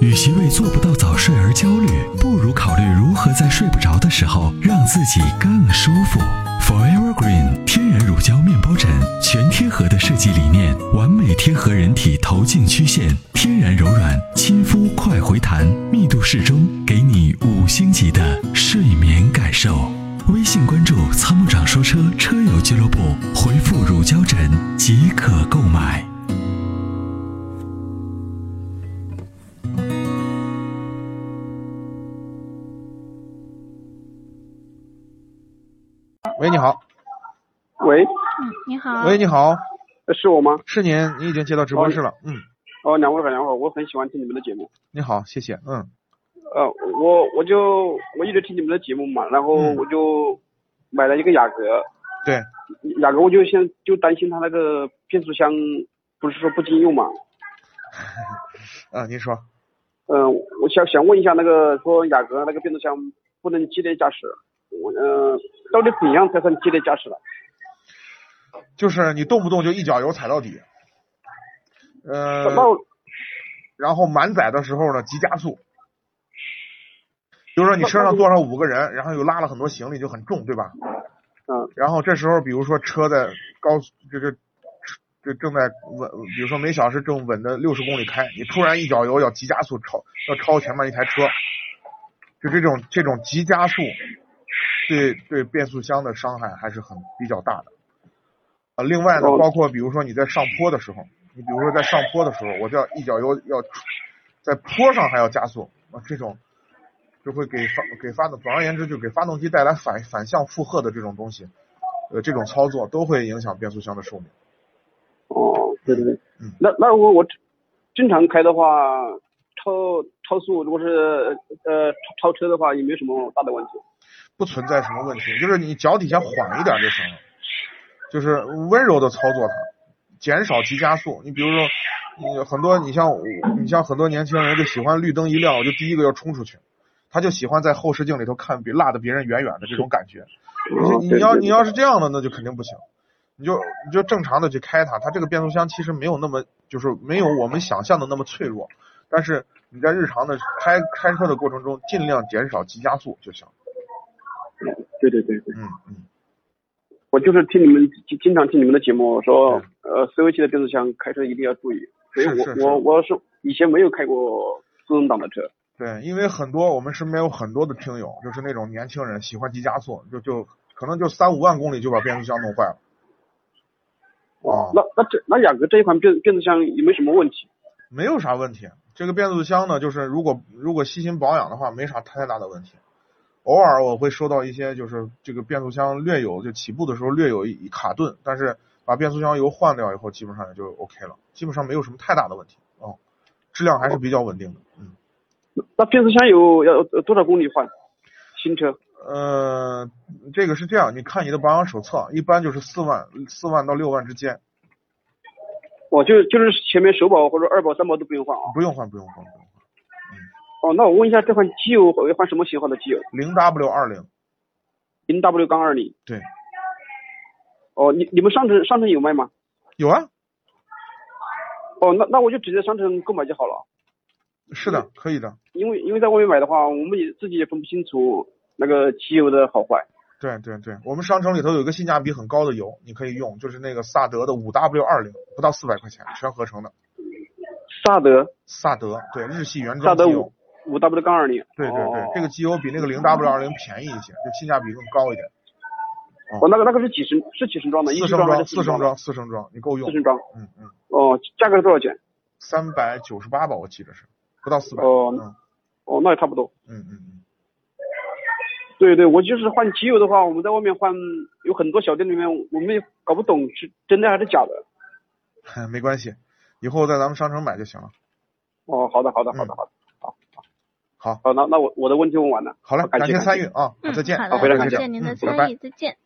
与其为做不到早睡而焦虑，不如考虑如何在睡不着的时候让自己更舒服。Forever Green 天然乳胶面包枕，全贴合的设计理念，完美贴合人体头颈曲线，天然柔软，亲肤快回弹，密度适中，给你五星级的睡眠感受。微信关注“参谋长说车”车友俱乐部，回复“乳胶枕”即可购买。喂，你好。喂，嗯，你啊好。喂，你好，是我吗？是您，您已经接到直播室了。嗯，哦，两位好，两位好，我很喜欢听你们的节目。你好，谢谢。嗯，呃，我我就我一直听你们的节目嘛，然后嗯我就买了一个雅阁，对，雅阁我就现就担心它那个变速箱不是说不经用嘛，啊，您说，嗯、我想想问一下那个说雅阁那个变速箱不能激烈驾驶，我呃到底怎样才算激烈驾驶了？就是你动不动就一脚油踩到底，呃什，么然后满载的时候呢，急加速。比如说你车上坐上五个人，然后又拉了很多行李，就很重，对吧？嗯。然后这时候，比如说车在高速，这这这正在稳，比如说每小时正稳的六十公里开，你突然一脚油要急加速超，要超前面一台车，就这种这种急加速，对对变速箱的伤害还是很比较大的。啊，另外呢，哦包括比如说你在上坡的时候，你比如说在上坡的时候，我就要一脚油要出在坡上还要加速，啊，这种就会给发给发动，总而言之就给发动机带来反反向负荷的这种东西，呃，这种操作都会影响变速箱的寿命。哦，对对对嗯，那那如果我正常开的话，超超速如果是呃超超车的话，也没有什么大的问题。不存在什么问题，就是你脚底下缓一点就行了，就是温柔的操作它，减少急加速。你比如说，你很多你像我你像很多年轻人就喜欢绿灯一亮，我就第一个要冲出去，他就喜欢在后视镜里头看比落得别人远远的这种感觉。哦你对你要对你要是这样的，那就肯定不行。你就你就正常的去开它，它这个变速箱其实没有那么就是没有我们想象的那么脆弱，但是你在日常的开开车的过程中，尽量减少急加速就行。对对对对，嗯嗯。我就是听你们经经常听你们的节目，说呃 CVT 的变速箱开车一定要注意。所以是我是是我我是以前没有开过自动挡的车。对，因为很多我们身边有很多的听友，就是那种年轻人喜欢急加速，就就可能就三五万公里就把变速箱弄坏了。哦那那这那雅阁这一款变变速箱有没有什么问题？没有啥问题。这个变速箱呢，就是如果如果细心保养的话，没啥太大的问题。偶尔我会收到一些，就是这个变速箱略有就起步的时候略有一一卡顿，但是把变速箱油换掉以后，基本上也就 OK 了，基本上没有什么太大的问题哦，质量还是比较稳定的。嗯，那变速箱有要呃多少公里换？新车呃，这个是这样，你看你的保养手册，一般就是四万四万到六万之间，哦，就就是前面首保或者二保、三保都不用换啊。不用换，不用换，不用换。哦，那我问一下，这款机油会换什么型号的机油？零 W 二零，零 W 杠二零。对，哦，你你们商城商城有卖吗？有啊，哦，那那我就直接商城购买就好了，是的，可以的，因为因为在外面买的话，我们也自己也分不清楚那个机油的好坏。对对对，我们商城里头有一个性价比很高的油，你可以用，就是那个萨德的五 W 二零，不到四百块钱，全合成的，萨德萨德，对，日系原萨装机德油五，五 W 杠二零。对对对哦，这个机油比那个零 W 二零便宜一些，就性价比更高一点。哦，那个那个是几升是几升装的？一四升升装还装，是四升装？装，四升装，你够用四。升装。嗯嗯，哦，价格是多少钱？三百九十八吧，我记得是，不到四百。哦嗯哦，那也差不多。嗯嗯嗯，对对，我就是换机油的话，我们在外面换，有很多小店里面我们也搞不懂是真的还是假的。嗯没关系，以后在咱们商城买就行了。哦，好的，好的，好的，好的，好，好，那那我我的问题问完了。好嘞，感感谢谢感谢参与啊，嗯，再见，好好的，非感常感谢谢您的嗯拜拜参与，再见。